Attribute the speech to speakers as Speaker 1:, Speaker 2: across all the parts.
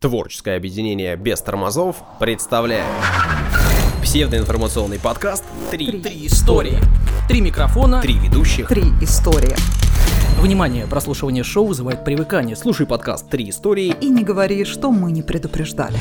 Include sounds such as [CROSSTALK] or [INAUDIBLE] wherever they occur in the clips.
Speaker 1: Творческое объединение без тормозов представляет псевдоинформационный подкаст «Три».
Speaker 2: Три истории. Три микрофона.
Speaker 1: Три ведущих.
Speaker 3: Три истории.
Speaker 2: Внимание, прослушивание шоу вызывает привыкание.
Speaker 1: Слушай подкаст «Три истории».
Speaker 3: И не говори, что мы не предупреждали.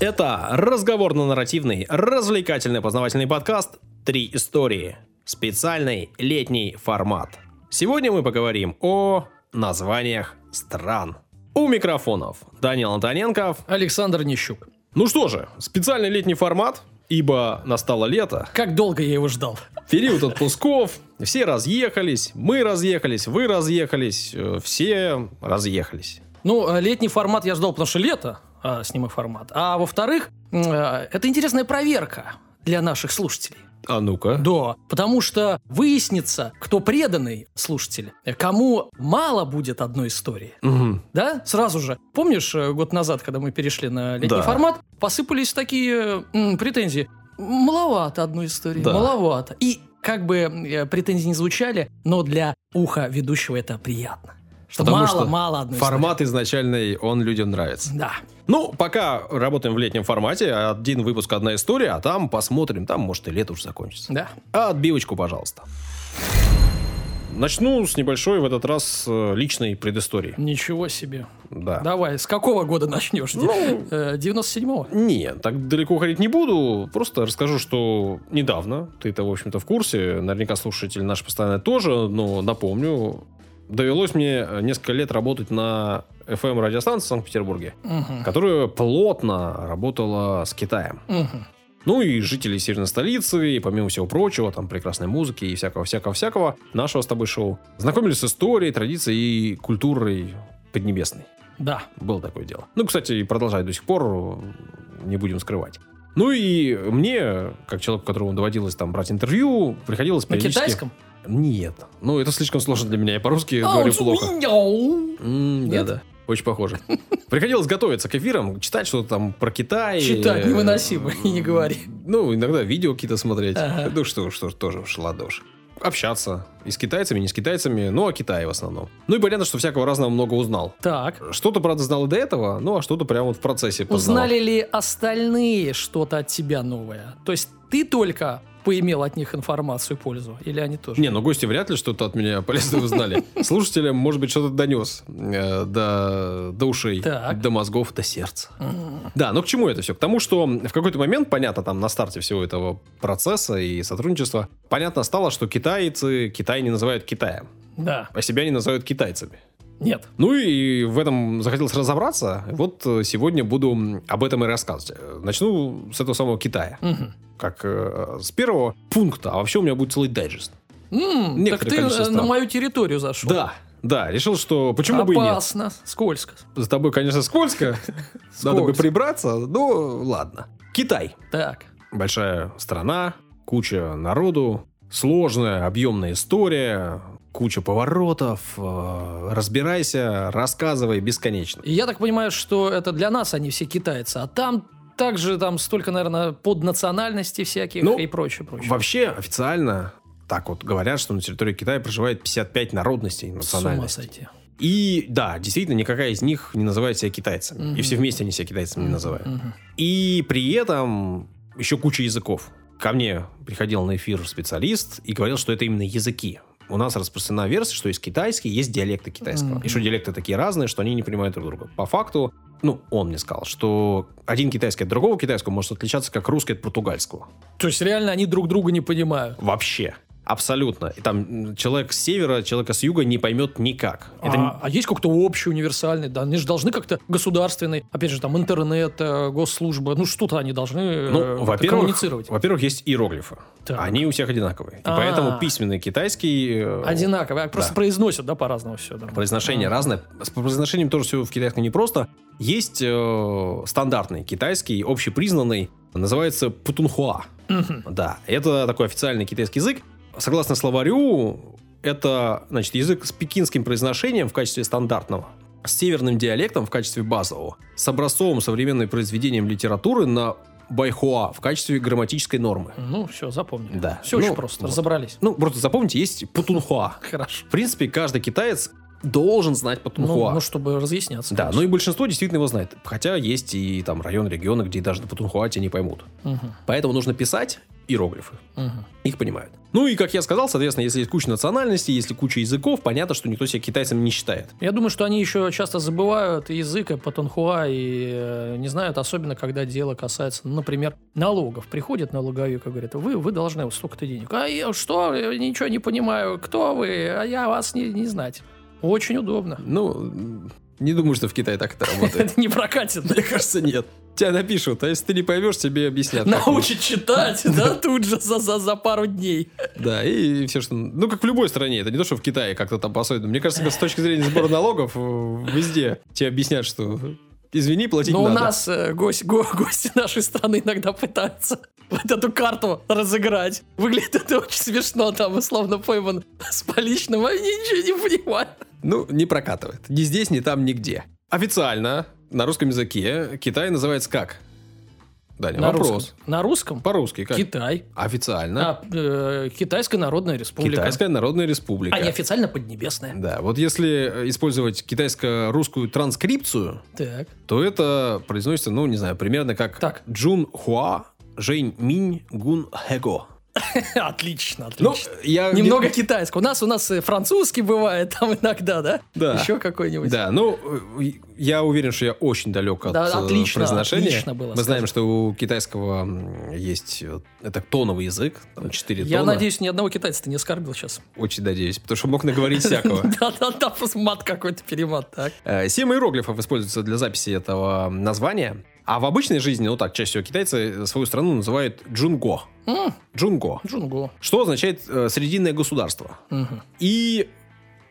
Speaker 1: Это разговорно-нарративный, развлекательный познавательный подкаст «Три истории». Специальный летний формат. Сегодня мы поговорим о названиях стран. У микрофонов Данил Антоненков.
Speaker 2: Александр Нищук.
Speaker 1: Ну что же, специальный летний формат, ибо настало лето,
Speaker 2: Как долго я его ждал.
Speaker 1: период отпусков, все разъехались, мы разъехались, вы разъехались, э, все разъехались.
Speaker 2: Ну, э, летний формат я ждал, потому что лето, а с ним и формат. А во-вторых, м, э, это интересная проверка для наших слушателей.
Speaker 1: А ну-ка.
Speaker 2: Да, потому что выяснится, кто преданный слушатель, э, кому мало будет одной истории.
Speaker 1: Мгм.
Speaker 2: Да? Сразу же. Помнишь, э, год назад, когда мы перешли на летний
Speaker 1: Да.
Speaker 2: формат, посыпались такие м, претензии. Маловато одной истории,
Speaker 1: Да.
Speaker 2: маловато. И как бы э, претензии не звучали, но для уха ведущего это приятно. Что
Speaker 1: Потому
Speaker 2: мало,
Speaker 1: что
Speaker 2: мало одной
Speaker 1: Формат изначальный, он людям нравится.
Speaker 2: истории. Да.
Speaker 1: Ну, пока работаем в летнем формате, один выпуск, одна история, а там посмотрим, там, может, и лето уже закончится.
Speaker 2: Да.
Speaker 1: А отбивочку, пожалуйста. Начну с небольшой в этот раз э, личной предыстории.
Speaker 2: Ничего себе.
Speaker 1: Да.
Speaker 2: Давай, с какого года начнешь?
Speaker 1: Ну,
Speaker 2: Э, 97-го.
Speaker 1: Не, так далеко ходить не буду. Просто расскажу, что недавно, ты-то, в общем-то, в курсе, наверняка слушатель наш постоянно тоже, но напомню, довелось мне э, несколько лет работать на FM-радиостанции в Санкт-Петербурге,
Speaker 2: Мгм.
Speaker 1: которая плотно работала с Китаем.
Speaker 2: Мгм.
Speaker 1: Ну и жители северной столицы, и помимо всего прочего, там прекрасной музыки и всякого-всякого-всякого, нашего с тобой шоу, знакомились с историей, традицией и культурой Поднебесной.
Speaker 2: Да.
Speaker 1: Было такое дело. Ну, кстати, и продолжает до сих пор, э, не будем скрывать. Ну и мне, как человеку, которому доводилось там брать интервью, приходилось
Speaker 2: На
Speaker 1: периодически-
Speaker 2: китайском?
Speaker 1: Нет. Ну, это слишком сложно для меня. Я по-русски
Speaker 2: А,
Speaker 1: говорю
Speaker 2: он
Speaker 1: плохо.
Speaker 2: зуминял.
Speaker 1: М,
Speaker 2: Нет?
Speaker 1: Да-да. Очень похоже. Приходилось готовиться к эфирам, читать что-то там про Китай.
Speaker 2: Читать
Speaker 1: э,
Speaker 2: невыносимо, [LAUGHS] и не говори.
Speaker 1: Ну, иногда видео какие-то смотреть.
Speaker 2: Ага.
Speaker 1: Ну что, ж, что ж, тоже уж ладошь. Общаться. И с китайцами, и не с китайцами, но о Китае в основном. Ну и понятно, что всякого разного много узнал.
Speaker 2: Так.
Speaker 1: Что-то, правда, знал и до этого, ну а что-то прямо вот в процессе познал.
Speaker 2: Узнали ли остальные что-то от тебя новое? То есть ты только поимел от них информацию и пользу? Или они тоже?
Speaker 1: Не, ну гости вряд ли что-то от меня полезное узнали. Слушателям, может быть, что-то донес э, до, до ушей,
Speaker 2: Так.
Speaker 1: до мозгов, до сердца. Да, но к чему это все? К тому, что в какой-то момент, понятно, там на старте всего этого процесса и сотрудничества, понятно стало, что китайцы Китай не называют Китаем,
Speaker 2: Да.
Speaker 1: а себя не называют китайцами.
Speaker 2: Нет.
Speaker 1: Ну и в этом захотелось разобраться. Вот э, сегодня буду об этом и рассказывать. Э, Начну с этого самого Китая.
Speaker 2: Мгм.
Speaker 1: Как э, с первого пункта. А вообще у меня будет целый дайджест.
Speaker 2: М,
Speaker 1: Некоторое
Speaker 2: Так ты
Speaker 1: количество
Speaker 2: э, на
Speaker 1: стран.
Speaker 2: мою территорию зашел.
Speaker 1: Да, да, решил, что почему бы и нет.
Speaker 2: Опасно. Скользко.
Speaker 1: За тобой, конечно, скользко. Надо бы
Speaker 2: Скользко.
Speaker 1: прибраться, но ладно. Китай.
Speaker 2: Так.
Speaker 1: Большая страна, куча народу, сложная, объемная история, куча поворотов. э, Разбирайся, рассказывай бесконечно.
Speaker 2: И я так понимаю, что это для нас они все китайцы, а там также там столько, наверное, поднациональностей всяких
Speaker 1: Ну,
Speaker 2: и прочее, прочее.
Speaker 1: Вообще, официально, так вот говорят, что на территории Китая проживает 55 народностей
Speaker 2: С ума
Speaker 1: национальностей.
Speaker 2: сойти.
Speaker 1: И да, действительно, никакая из них не называет себя китайцами. И
Speaker 2: Мгм.
Speaker 1: все вместе они себя китайцами не называют.
Speaker 2: Мгм.
Speaker 1: И при этом еще куча языков. Ко мне приходил на эфир специалист и говорил, что это именно языки. У нас распространена версия, что есть китайский, есть диалекты китайского.
Speaker 2: Мгм.
Speaker 1: И что диалекты такие разные, что они не понимают друг друга. По факту, ну, он мне сказал, что один китайский от другого китайского может отличаться как русский от португальского.
Speaker 2: То есть реально они друг друга не понимают.
Speaker 1: Вообще. Абсолютно. И там м, человек с севера, человека с юга не поймет никак. Это
Speaker 2: а, а есть как-то общий, универсальный, да? Они же должны как-то государственный, опять же, там, интернет, э, госслужба, ну что-то они должны э,
Speaker 1: Ну,
Speaker 2: как-то
Speaker 1: во-первых,
Speaker 2: коммуницировать.
Speaker 1: во-первых, есть иероглифы.
Speaker 2: Так.
Speaker 1: Они у всех одинаковые. И
Speaker 2: А.
Speaker 1: поэтому письменный китайский... э,
Speaker 2: Одинаково, а просто
Speaker 1: Да.
Speaker 2: произносят, да, по-разному все. Да.
Speaker 1: Произношение
Speaker 2: А.
Speaker 1: разное. С произношением тоже все в китайском непросто. Есть э, стандартный китайский, общепризнанный, называется путунхуа.
Speaker 2: Мгм.
Speaker 1: Да, это такой официальный китайский язык. Согласно словарю, это, значит, язык с пекинским произношением в качестве стандартного, с северным диалектом в качестве базового, с образцовым современным произведением литературы на байхуа в качестве грамматической нормы.
Speaker 2: Ну, все, запомнили.
Speaker 1: Да.
Speaker 2: Все
Speaker 1: Ну,
Speaker 2: очень просто,
Speaker 1: вот.
Speaker 2: разобрались.
Speaker 1: Ну, просто запомните, есть путунхуа.
Speaker 2: Хорошо.
Speaker 1: В принципе, каждый китаец должен знать Патунхуа.
Speaker 2: Ну, ну, чтобы разъясняться.
Speaker 1: да, ну и большинство действительно его знает. Хотя есть и там район, регионы, где даже на Патунхуа тебя не поймут.
Speaker 2: ну...
Speaker 1: Поэтому нужно писать иероглифы. Их понимают. Ну и, как я сказал, соответственно, если есть куча национальностей, если куча языков, понятно, что никто себя китайцем не считает.
Speaker 2: Я думаю, что они еще часто забывают и язык, и патунхуа, и э, не знают, особенно когда дело касается, ну, например, налогов. Приходит налоговик и говорит, вы, вы должны вот столько-то денег. А я что? Я ничего не понимаю. Кто вы? А я вас не, не знать. Очень удобно.
Speaker 1: Ну, м, не думаю, что в Китае так это работает.
Speaker 2: Это не прокатит.
Speaker 1: Мне кажется, [LAUGHS] нет. Тебя напишут, а если ты не поймешь, тебе объяснят. как нужно.
Speaker 2: Научит читать,
Speaker 1: [LAUGHS]
Speaker 2: да, тут же за, за, за пару дней.
Speaker 1: Да, и все, что... Ну, как в любой стране. Это не то, что в Китае как-то там по-особенному. Мне кажется, с точки зрения сбора налогов, э, везде тебе объяснят, что извини, платить
Speaker 2: Но у
Speaker 1: надо.
Speaker 2: нас э, гость- го- [LAUGHS] гости нашей страны иногда пытаются [LAUGHS] вот эту карту разыграть. Выглядит это очень смешно, там условно пойман [LAUGHS] с поличным, а я ничего не понимаю.
Speaker 1: Ну, не прокатывает. Ни здесь, ни там, нигде. Официально на русском языке Китай называется как? Даня, вопрос.
Speaker 2: русском. На русском?
Speaker 1: По-русски как?
Speaker 2: Китай.
Speaker 1: Официально.
Speaker 2: А, э, Китайская Народная Республика.
Speaker 1: Китайская Народная Республика.
Speaker 2: А неофициально Поднебесная.
Speaker 1: Да, вот если э, использовать китайско-русскую транскрипцию,
Speaker 2: Так. [LAUGHS]
Speaker 1: то это произносится, ну, не знаю, примерно как
Speaker 2: Так.
Speaker 1: Джун Хуа Жень Минь Гун Хэго.
Speaker 2: Отлично,
Speaker 1: Ну,
Speaker 2: отлично.
Speaker 1: я... не-
Speaker 2: Немного китайского. У нас у нас и французский бывает [LAUGHS] там иногда, да?
Speaker 1: Да.
Speaker 2: Еще какой-нибудь.
Speaker 1: Да, ну, э, я уверен, что я очень далек от
Speaker 2: Да,
Speaker 1: э,
Speaker 2: отлично,
Speaker 1: произношения.
Speaker 2: отлично было
Speaker 1: Мы знаем, что у китайского м, есть э, это тоновый язык, там 4
Speaker 2: Я
Speaker 1: тона.
Speaker 2: надеюсь, ни одного китайца ты не оскорбил сейчас. [LAUGHS]
Speaker 1: Очень надеюсь, потому что мог наговорить всякого.
Speaker 2: Да-да-да, просто мат какой-то, перемат, так.
Speaker 1: Э, Семь иероглифов используется для записи этого м, названия. А в обычной жизни, ну так, чаще всего китайцы свою страну называют Джунго.
Speaker 2: М,
Speaker 1: Джунго.
Speaker 2: Джунго.
Speaker 1: Что означает э, «срединное государство».
Speaker 2: Мгм.
Speaker 1: И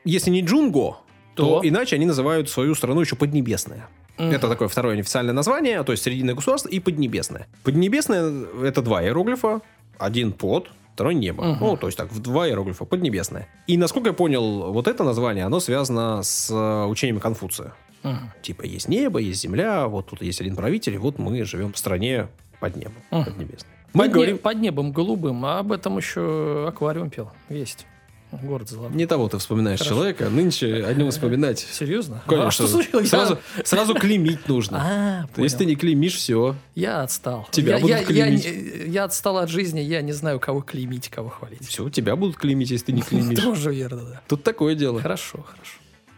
Speaker 1: если не Джунго, то
Speaker 2: То?
Speaker 1: иначе они называют свою страну еще Поднебесная.
Speaker 2: Мгм.
Speaker 1: Это такое второе неофициальное название, то есть Срединное государство и Поднебесное. Поднебесное – это два иероглифа. Один под, второй небо.
Speaker 2: Мгм.
Speaker 1: Ну, то есть так, в два иероглифа Поднебесное. И, насколько я понял, вот это название, оно связано с э, учением Конфуция.
Speaker 2: Мгм.
Speaker 1: Типа есть небо, есть земля, вот тут есть один правитель, и вот мы живем в стране под небом,
Speaker 2: Мгм.
Speaker 1: Поднебесной. Мы
Speaker 2: Под, не-
Speaker 1: говорим...
Speaker 2: под небом голубым, а об этом еще аквариум пел. Есть. Город зла.
Speaker 1: Не того ты вспоминаешь
Speaker 2: Хорошо.
Speaker 1: человека, нынче о нем вспоминать
Speaker 2: Серьезно?
Speaker 1: Конечно.
Speaker 2: А что случилось?
Speaker 1: Сразу,
Speaker 2: Я-
Speaker 1: сразу клеймить нужно.
Speaker 2: А,
Speaker 1: То Если ты
Speaker 2: понял.
Speaker 1: не клеймишь, все.
Speaker 2: Я отстал.
Speaker 1: Тебя
Speaker 2: я, я,
Speaker 1: будут
Speaker 2: я
Speaker 1: клеймить.
Speaker 2: не- я отстал от жизни, я не знаю, кого клеймить, кого хвалить.
Speaker 1: Все, тебя будут клеймить, если ты не клеймишь.
Speaker 2: Тоже верно,
Speaker 1: Тут такое
Speaker 2: да.
Speaker 1: дело.
Speaker 2: Хорошо, хорошо.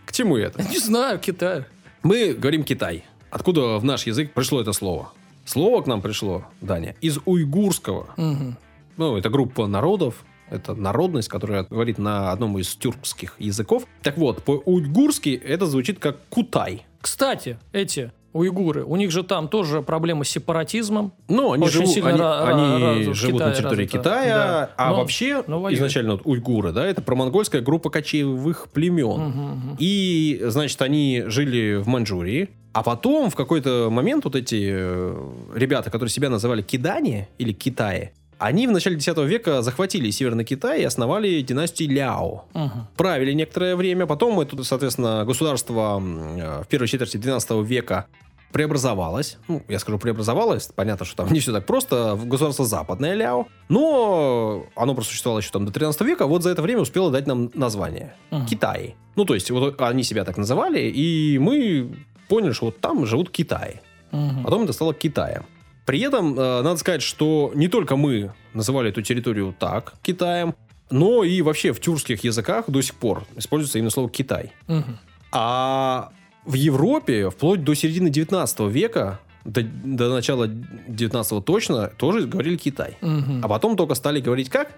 Speaker 1: К чему это?
Speaker 2: Не знаю, Китай.
Speaker 1: Мы говорим Китай. Откуда в наш язык пришло это слово? Слово к нам пришло, Даня, из уйгурского.
Speaker 2: Мгм.
Speaker 1: Ну, это группа народов. Это народность, которая говорит на одном из тюркских языков. Так вот, по-уйгурски это звучит как кутай.
Speaker 2: Кстати, эти уйгуры, у них же там тоже проблема с сепаратизмом.
Speaker 1: Ну, они,
Speaker 2: Очень
Speaker 1: живут,
Speaker 2: сильно
Speaker 1: они,
Speaker 2: ра-
Speaker 1: они
Speaker 2: ра- развит
Speaker 1: живут на
Speaker 2: Китай,
Speaker 1: территории
Speaker 2: развито.
Speaker 1: Китая,
Speaker 2: Да.
Speaker 1: а
Speaker 2: Но-
Speaker 1: вообще
Speaker 2: но воюют.
Speaker 1: изначально вот уйгуры, да, это промонгольская группа кочевых племен.
Speaker 2: Мгм, мгм.
Speaker 1: И, значит, они жили в Маньчжурии, а потом в какой-то момент вот эти э, ребята, которые себя называли кидане или Китае, они в начале X века захватили Северный Китай и основали династию Ляо.
Speaker 2: Мгм.
Speaker 1: Правили некоторое время, потом это, соответственно, государство м, э, в первой четверти 12 века преобразовалось. Ну, я скажу преобразовалось, понятно, что там не все так просто. В Государство западное Ляо. Но оно просуществовало еще там до 13 века. Вот за это время успело дать нам название.
Speaker 2: Мгм.
Speaker 1: Китай. Ну, то есть, вот они себя так называли, и мы поняли, что вот там живут Китаи.
Speaker 2: Мгм.
Speaker 1: А Потом это стало Китаем. При этом, э, надо сказать, что не только мы называли эту территорию так, Китаем, но и вообще в тюркских языках до сих пор используется именно слово «Китай».
Speaker 2: Мгм.
Speaker 1: А в Европе вплоть до середины 19 века, до, до начала 19 точно, тоже говорили «Китай».
Speaker 2: Мгм.
Speaker 1: А потом только стали говорить как?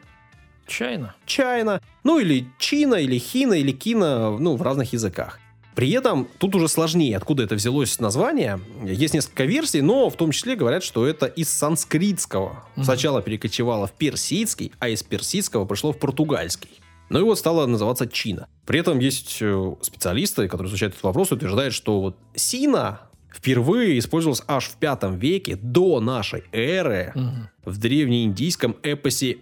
Speaker 2: Чайна.
Speaker 1: Чайна, ну или Чина, или Хина, или Кина, ну, в разных языках. При этом тут уже сложнее, откуда это взялось название. Есть несколько версий, но в том числе говорят, что это из санскритского.
Speaker 2: Мгм.
Speaker 1: Сначала перекочевало в персидский, а из персидского пришло в португальский. Ну и вот стало называться Чина. При этом есть э, специалисты, которые изучают этот вопрос, и утверждают, что вот Сина впервые использовалась аж в пятом веке до нашей эры
Speaker 2: Мгм.
Speaker 1: в древнеиндийском эпосе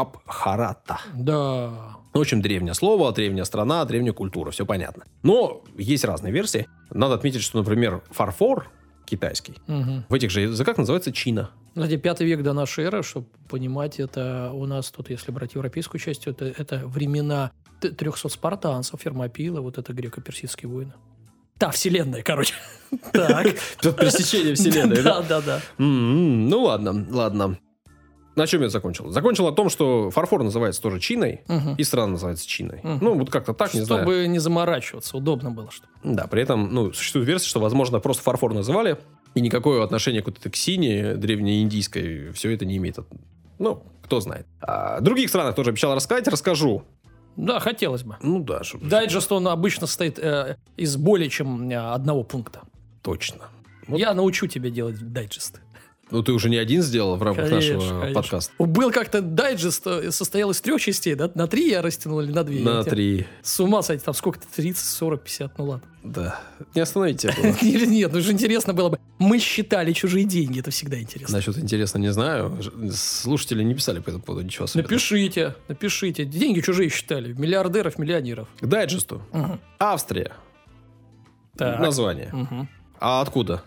Speaker 1: Махабхарата.
Speaker 2: Да.
Speaker 1: В общем, древнее слово, древняя страна, древняя культура, все понятно. Но есть разные версии. Надо отметить, что, например, фарфор китайский.
Speaker 2: Мгм.
Speaker 1: В этих же языках называется чина. [LAUGHS]
Speaker 2: Кстати, пятый век до нашей эры, чтобы понимать, это у нас тут, если брать европейскую часть, это, это времена т- 300 спартанцев, фермопила, вот это греко-персидские войны. Та вселенная, короче.
Speaker 1: [LAUGHS]
Speaker 2: Так.
Speaker 1: Тут пересечение вселенной, да?
Speaker 2: Да, да, да.
Speaker 1: М, Ну ладно, ладно. На чем я закончил? Закончил о том, что фарфор называется тоже чиной,
Speaker 2: Мгм.
Speaker 1: и страна называется чиной.
Speaker 2: Мгм.
Speaker 1: Ну, вот как-то так, не знаю.
Speaker 2: Чтобы не заморачиваться, удобно было, чтобы.
Speaker 1: Да, при этом, ну, существует версия, что, возможно, просто фарфор называли, и никакого отношения к вот этой ксине древнеиндийской все это не имеет. Ну, кто знает. О других странах тоже обещал рассказать, расскажу.
Speaker 2: Да, хотелось бы.
Speaker 1: Ну да, чтоб-
Speaker 2: Дайджест, он обычно состоит э, из более чем э, одного пункта.
Speaker 1: точно. Вот.
Speaker 2: Я научу тебя делать дайджесты.
Speaker 1: Ну, ты уже не один сделал в рамках
Speaker 2: Конечно,
Speaker 1: нашего
Speaker 2: конечно.
Speaker 1: подкаста.
Speaker 2: Был как-то дайджест, э, состоял из трех частей, да? На три я растянул или на две? Я
Speaker 1: На
Speaker 2: тебя-
Speaker 1: три.
Speaker 2: С ума сойти, там сколько-то, 30, 40, 50, ну ладно. [LAUGHS]
Speaker 1: Да. Не остановите этого.
Speaker 2: Или нет, ну же интересно было бы. Мы считали чужие деньги, это всегда интересно.
Speaker 1: Насчет интересно не знаю. Ж- Слушатели не писали по этому поводу ничего особенного.
Speaker 2: Напишите, напишите. Деньги чужие считали, миллиардеров, миллионеров.
Speaker 1: К дайджесту.
Speaker 2: Мгм.
Speaker 1: Австрия.
Speaker 2: Так.
Speaker 1: Название.
Speaker 2: Мгм.
Speaker 1: А откуда?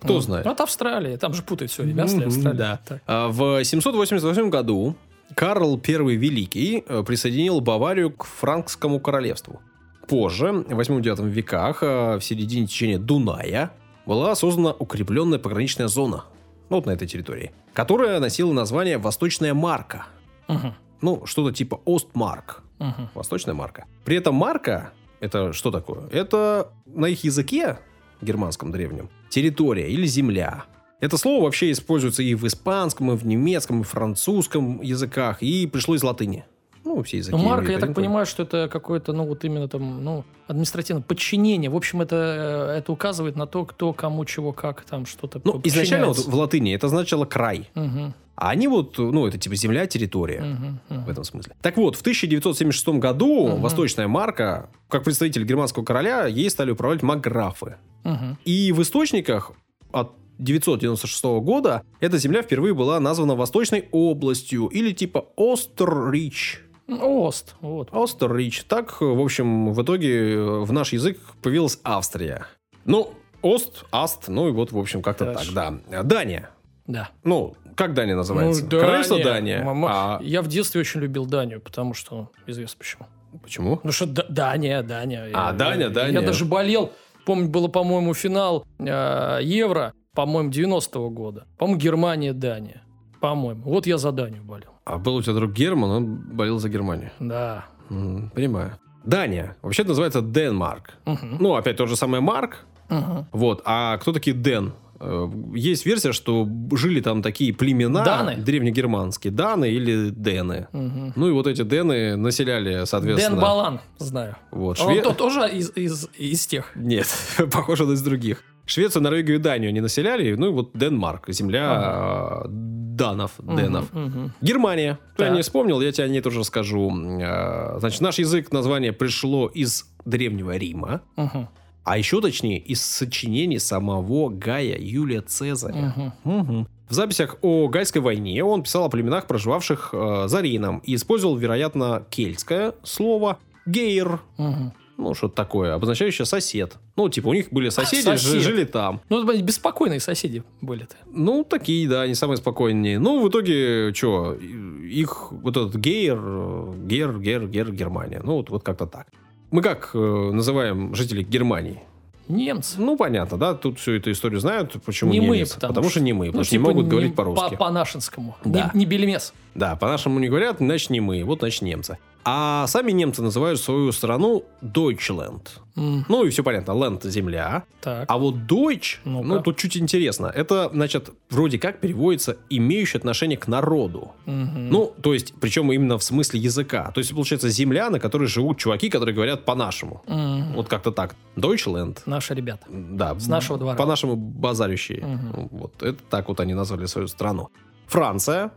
Speaker 1: Кто
Speaker 2: Мгм.
Speaker 1: знает?
Speaker 2: Ну, От Австралии, там же путают все время. Австралия,
Speaker 1: Мгм,
Speaker 2: Австралия.
Speaker 1: да.
Speaker 2: Так.
Speaker 1: А, В 788 году Карл I Великий э, присоединил Баварию к франкскому королевству. Позже, в 8-9 веках, э, в середине течения Дуная, была создана укрепленная пограничная зона, ну, вот на этой территории, которая носила название Восточная Марка.
Speaker 2: Мгм.
Speaker 1: Ну, что-то типа Остмарк.
Speaker 2: Мгм.
Speaker 1: Восточная марка. При этом марка, это что такое? Это на их языке, германском древнем, территория или земля. Это слово вообще используется и в испанском, и в немецком, и в французском языках, и пришло из латыни. Ну, все языки.
Speaker 2: Ну, Марк,
Speaker 1: имеют
Speaker 2: я
Speaker 1: один
Speaker 2: так
Speaker 1: корень.
Speaker 2: понимаю, что это какое-то, ну, вот именно там, ну, административное подчинение. В общем, это, э, это указывает на то, кто кому чего как там что-то
Speaker 1: Ну, изначально вот
Speaker 2: подчиняется.
Speaker 1: в латыни это означало край.
Speaker 2: Мгм.
Speaker 1: А они вот, ну, это типа земля, территория.
Speaker 2: Мгм. Мгм.
Speaker 1: в этом смысле. Так вот, в 1976 году
Speaker 2: Мгм.
Speaker 1: восточная марка, как представитель германского короля, ей стали управлять маграфы.
Speaker 2: Мгм.
Speaker 1: И в источниках от 996 года эта земля впервые была названа Восточной областью или типа Острич.
Speaker 2: Ост, вот.
Speaker 1: Острич. Так, в общем, в итоге э, в наш язык появилась Австрия. Ну, Ост, Аст, ну и вот, в общем, как-то
Speaker 2: Хорошо.
Speaker 1: так, да. Дания.
Speaker 2: Да.
Speaker 1: Ну, как Дания называется?
Speaker 2: Ну,
Speaker 1: Королевство
Speaker 2: Дания.
Speaker 1: Дания.
Speaker 2: Мама-
Speaker 1: А
Speaker 2: Я в детстве очень любил Данию, потому что известно почему.
Speaker 1: почему?
Speaker 2: Ну что Да- Дания, Дания.
Speaker 1: А,
Speaker 2: Я-
Speaker 1: Дания,
Speaker 2: я-
Speaker 1: Дания.
Speaker 2: Я даже болел. Помню, было, по-моему, финал э, Евро, по-моему, 90-го года. По-моему, Германия, Дания. По-моему. Вот я за Данию болел.
Speaker 1: А был у тебя друг Герман, он болел за Германию.
Speaker 2: Да.
Speaker 1: М, понимаю. Дания. Вообще-то называется Денмарк.
Speaker 2: Мгм.
Speaker 1: Ну, опять тот же самый Марк,
Speaker 2: Мгм.
Speaker 1: Вот. А кто такие Дэн? Э, Есть версия, что жили там такие племена
Speaker 2: Даны?
Speaker 1: древнегерманские. Даны или Дэны.
Speaker 2: Мгм.
Speaker 1: Ну и вот эти Дэны населяли, соответственно... А
Speaker 2: Дэн Балан, знаю.
Speaker 1: Вот,
Speaker 2: Он
Speaker 1: Шве-
Speaker 2: то- тоже из, из, из тех.
Speaker 1: [LAUGHS] Нет, [LAUGHS] похоже, он из других. Швецию, Норвегию и Данию не населяли. Ну и вот Денмарк, земля э, данов, денов.
Speaker 2: Мгм, мгм.
Speaker 1: Германия. Я
Speaker 2: Так.
Speaker 1: не вспомнил, я тебе о ней тоже расскажу. Э, Значит, наш язык название пришло из Древнего Рима,
Speaker 2: Мгм,
Speaker 1: а еще точнее из сочинений самого Гая Юлия Цезаря.
Speaker 2: мгм.
Speaker 1: Мгм. В записях о Гальской войне он писал о племенах, проживавших э, за Рейном, и использовал, вероятно, кельтское слово «гейр»,
Speaker 2: Мгм.
Speaker 1: ну, что-то такое, обозначающее «сосед». Ну, типа, у них были соседи,
Speaker 2: Сосед.
Speaker 1: жи- жили там.
Speaker 2: Ну, это были беспокойные соседи были-то.
Speaker 1: Ну, такие, да, они самые спокойные. Ну, в итоге, что, их вот этот гейр, э, гер, гер, гер, Германия. Ну, вот, вот как-то так. Мы как э, называем жителей Германии?
Speaker 2: Немцы.
Speaker 1: Ну, понятно, да, тут всю эту историю знают. Почему
Speaker 2: Не мы,
Speaker 1: немец?
Speaker 2: потому
Speaker 1: что не мы, потому
Speaker 2: Ну,
Speaker 1: что не
Speaker 2: типа
Speaker 1: могут
Speaker 2: не-
Speaker 1: говорить по-русски.
Speaker 2: По, нашинскому
Speaker 1: Да.
Speaker 2: Не, не бельмес.
Speaker 1: Да, по-нашему не говорят, иначе не мы, вот значит немцы. А сами немцы называют свою страну Deutschland.
Speaker 2: М,
Speaker 1: Ну и все понятно, Land – земля.
Speaker 2: Так.
Speaker 1: А вот Deutsch, ну,
Speaker 2: Ну-ка.
Speaker 1: тут чуть интересно. Это, значит, вроде как переводится «имеющий отношение к народу».
Speaker 2: Мгм.
Speaker 1: Ну, то есть, причем именно в смысле языка. То есть, получается, земля, на которой живут чуваки, которые говорят по-нашему.
Speaker 2: Мгм.
Speaker 1: Вот как-то так. Deutschland.
Speaker 2: Наши ребята.
Speaker 1: Да.
Speaker 2: С нашего двора.
Speaker 1: По-нашему базарющие.
Speaker 2: Мгм.
Speaker 1: Вот это так вот они назвали свою страну. Франция.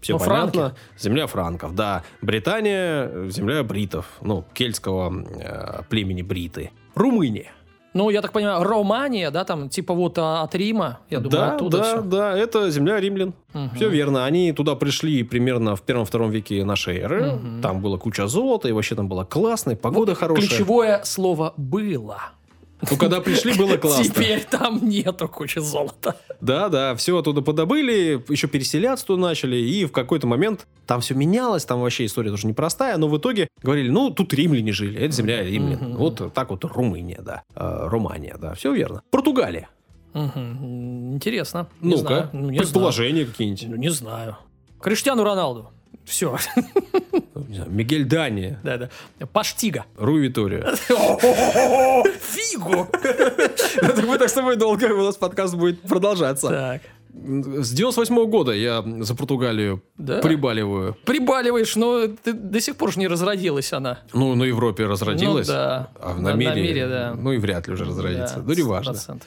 Speaker 1: Все
Speaker 2: Ну,
Speaker 1: понятно.
Speaker 2: франки.
Speaker 1: Земля франков, да. Британия, э, земля бритов. Ну, кельтского э, племени бриты. Румыния.
Speaker 2: Ну, я так понимаю, Романия, да, там, типа вот а, от Рима, я думаю,
Speaker 1: да,
Speaker 2: оттуда
Speaker 1: да,
Speaker 2: все.
Speaker 1: да, это земля римлян. Все верно. Они туда пришли примерно в первом-втором веке нашей эры.
Speaker 2: Мгм.
Speaker 1: Там было куча золота, и вообще там было классно, и погода хорошая.
Speaker 2: Ключевое слово «было».
Speaker 1: Ну, когда пришли, было классно.
Speaker 2: [LAUGHS] Теперь там нету кучи золота.
Speaker 1: Да, да, все оттуда подобыли, еще переселяться туда начали, и в какой-то момент там все менялось, там вообще история тоже непростая, но в итоге говорили, ну, тут римляне жили, это земля римлян.
Speaker 2: Мгм.
Speaker 1: Вот так вот Румыния, да, Э, Румания, да, все верно. Португалия.
Speaker 2: Мгм. Интересно. Не
Speaker 1: Ну-ка,
Speaker 2: знаю. Ну, не
Speaker 1: предположения
Speaker 2: знаю.
Speaker 1: какие-нибудь.
Speaker 2: Ну, не знаю. Криштиану Роналду. Все.
Speaker 1: Ну, не знаю, Мигель Дания,
Speaker 2: [LAUGHS] Да, да. Паштига.
Speaker 1: Ру Витория.
Speaker 2: Фигу.
Speaker 1: Мы [LAUGHS] так с тобой долго, у нас подкаст будет продолжаться.
Speaker 2: Так.
Speaker 1: С 98 года я за Португалию
Speaker 2: Да.
Speaker 1: прибаливаю.
Speaker 2: Прибаливаешь, но ты до сих пор же не разродилась она.
Speaker 1: Ну, на Европе разродилась.
Speaker 2: Ну да.
Speaker 1: А в
Speaker 2: На- на
Speaker 1: намере,
Speaker 2: мире, да.
Speaker 1: ну и вряд ли уже разродится.
Speaker 2: Да,
Speaker 1: ну, неважно.
Speaker 2: 100%.
Speaker 1: Да,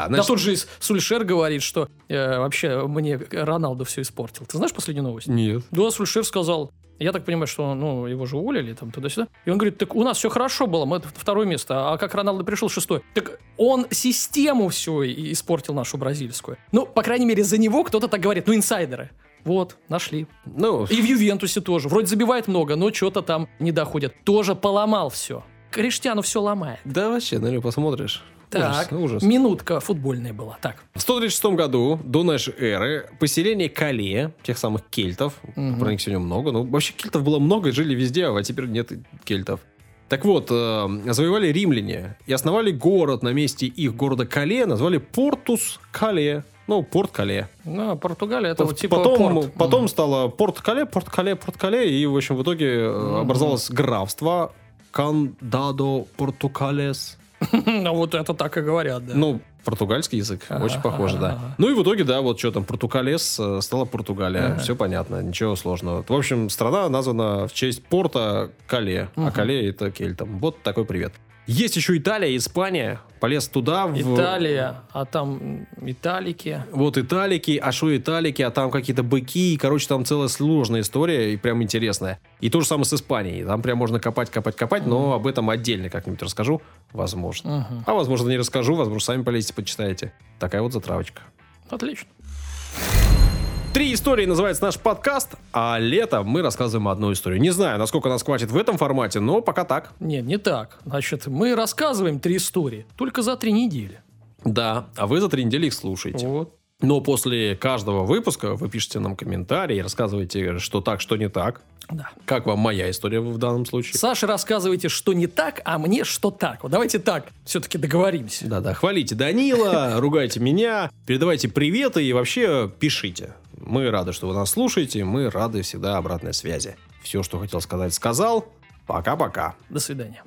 Speaker 2: Да
Speaker 1: значит,
Speaker 2: тут же и Сульшер говорит, что э, вообще мне Роналду все испортил. Ты знаешь последнюю новость?
Speaker 1: Нет.
Speaker 2: Да, Сульшер сказал. Я так понимаю, что ну, его же уволили там туда-сюда. И он говорит, так у нас все хорошо было, мы второе место, а как Роналду пришел шестое. Так он систему всю и- испортил нашу бразильскую. Ну, по крайней мере, за него кто-то так говорит, ну, инсайдеры. Вот, нашли.
Speaker 1: Ну,
Speaker 2: И в Ювентусе тоже. Вроде забивает много, но что-то там не доходит. Тоже поломал все. Криштиану все ломает.
Speaker 1: да вообще, на него посмотришь.
Speaker 2: Так,
Speaker 1: Ужас, ужас.
Speaker 2: минутка футбольная была. Так,
Speaker 1: В 136 году до нашей эры поселение Кале, тех самых кельтов,
Speaker 2: Мгм.
Speaker 1: про них сегодня много, ну вообще кельтов было много, жили везде, а теперь нет и кельтов. Так вот, э, завоевали римляне и основали город на месте их города Кале, назвали Портус Кале, ну, Порт Кале.
Speaker 2: ну, а Португалия это
Speaker 1: Пот-
Speaker 2: вот типа
Speaker 1: потом,
Speaker 2: порт. [LAUGHS]
Speaker 1: потом стало Порт-Кале, Порт-Кале, Порт-Кале, и, в общем, в итоге э, образовалось графство Кандадо Портукалес.
Speaker 2: Мгм. Ну, вот это так и говорят, да.
Speaker 1: Ну, португальский язык,
Speaker 2: Ага,
Speaker 1: очень похоже,
Speaker 2: ага,
Speaker 1: да.
Speaker 2: ага.
Speaker 1: Ну и в итоге, да, вот что там, Портукалес э, стала Португалия,
Speaker 2: Ага.
Speaker 1: все понятно, ничего сложного. В общем, страна названа в честь порта Кале, а
Speaker 2: Мгм.
Speaker 1: Кале это кельтам. Вот такой привет. Есть еще Италия, Испания, полез туда. в-
Speaker 2: Италия, а там м, Италики.
Speaker 1: Вот италики, а что италики, а там какие-то быки, и, короче, там целая сложная история и прям интересная. И то же самое с Испанией, там прям можно копать, копать, копать, но об этом отдельно как-нибудь расскажу, возможно.
Speaker 2: Мгм.
Speaker 1: А возможно не расскажу, возможно сами полезете, почитаете. Такая вот затравочка.
Speaker 2: Отлично.
Speaker 1: Три истории называется наш подкаст, а летом мы рассказываем одну историю. Не знаю, насколько нас хватит в этом формате, но пока так.
Speaker 2: Нет, не так. Значит, мы рассказываем три истории только за три недели.
Speaker 1: Да, а вы за три недели их слушаете.
Speaker 2: Вот.
Speaker 1: Но после каждого выпуска вы пишете нам комментарии, рассказываете, что так, что не так.
Speaker 2: Да.
Speaker 1: Как вам моя история в данном случае?
Speaker 2: Саше рассказывайте, что не так, а мне что так. Вот давайте так все-таки договоримся.
Speaker 1: Да-да, хвалите Данила, ругайте меня, передавайте приветы и вообще пишите. Мы рады, что вы нас слушаете, мы рады всегда обратной связи. Все, что хотел сказать, сказал. Пока-пока.
Speaker 2: До свидания.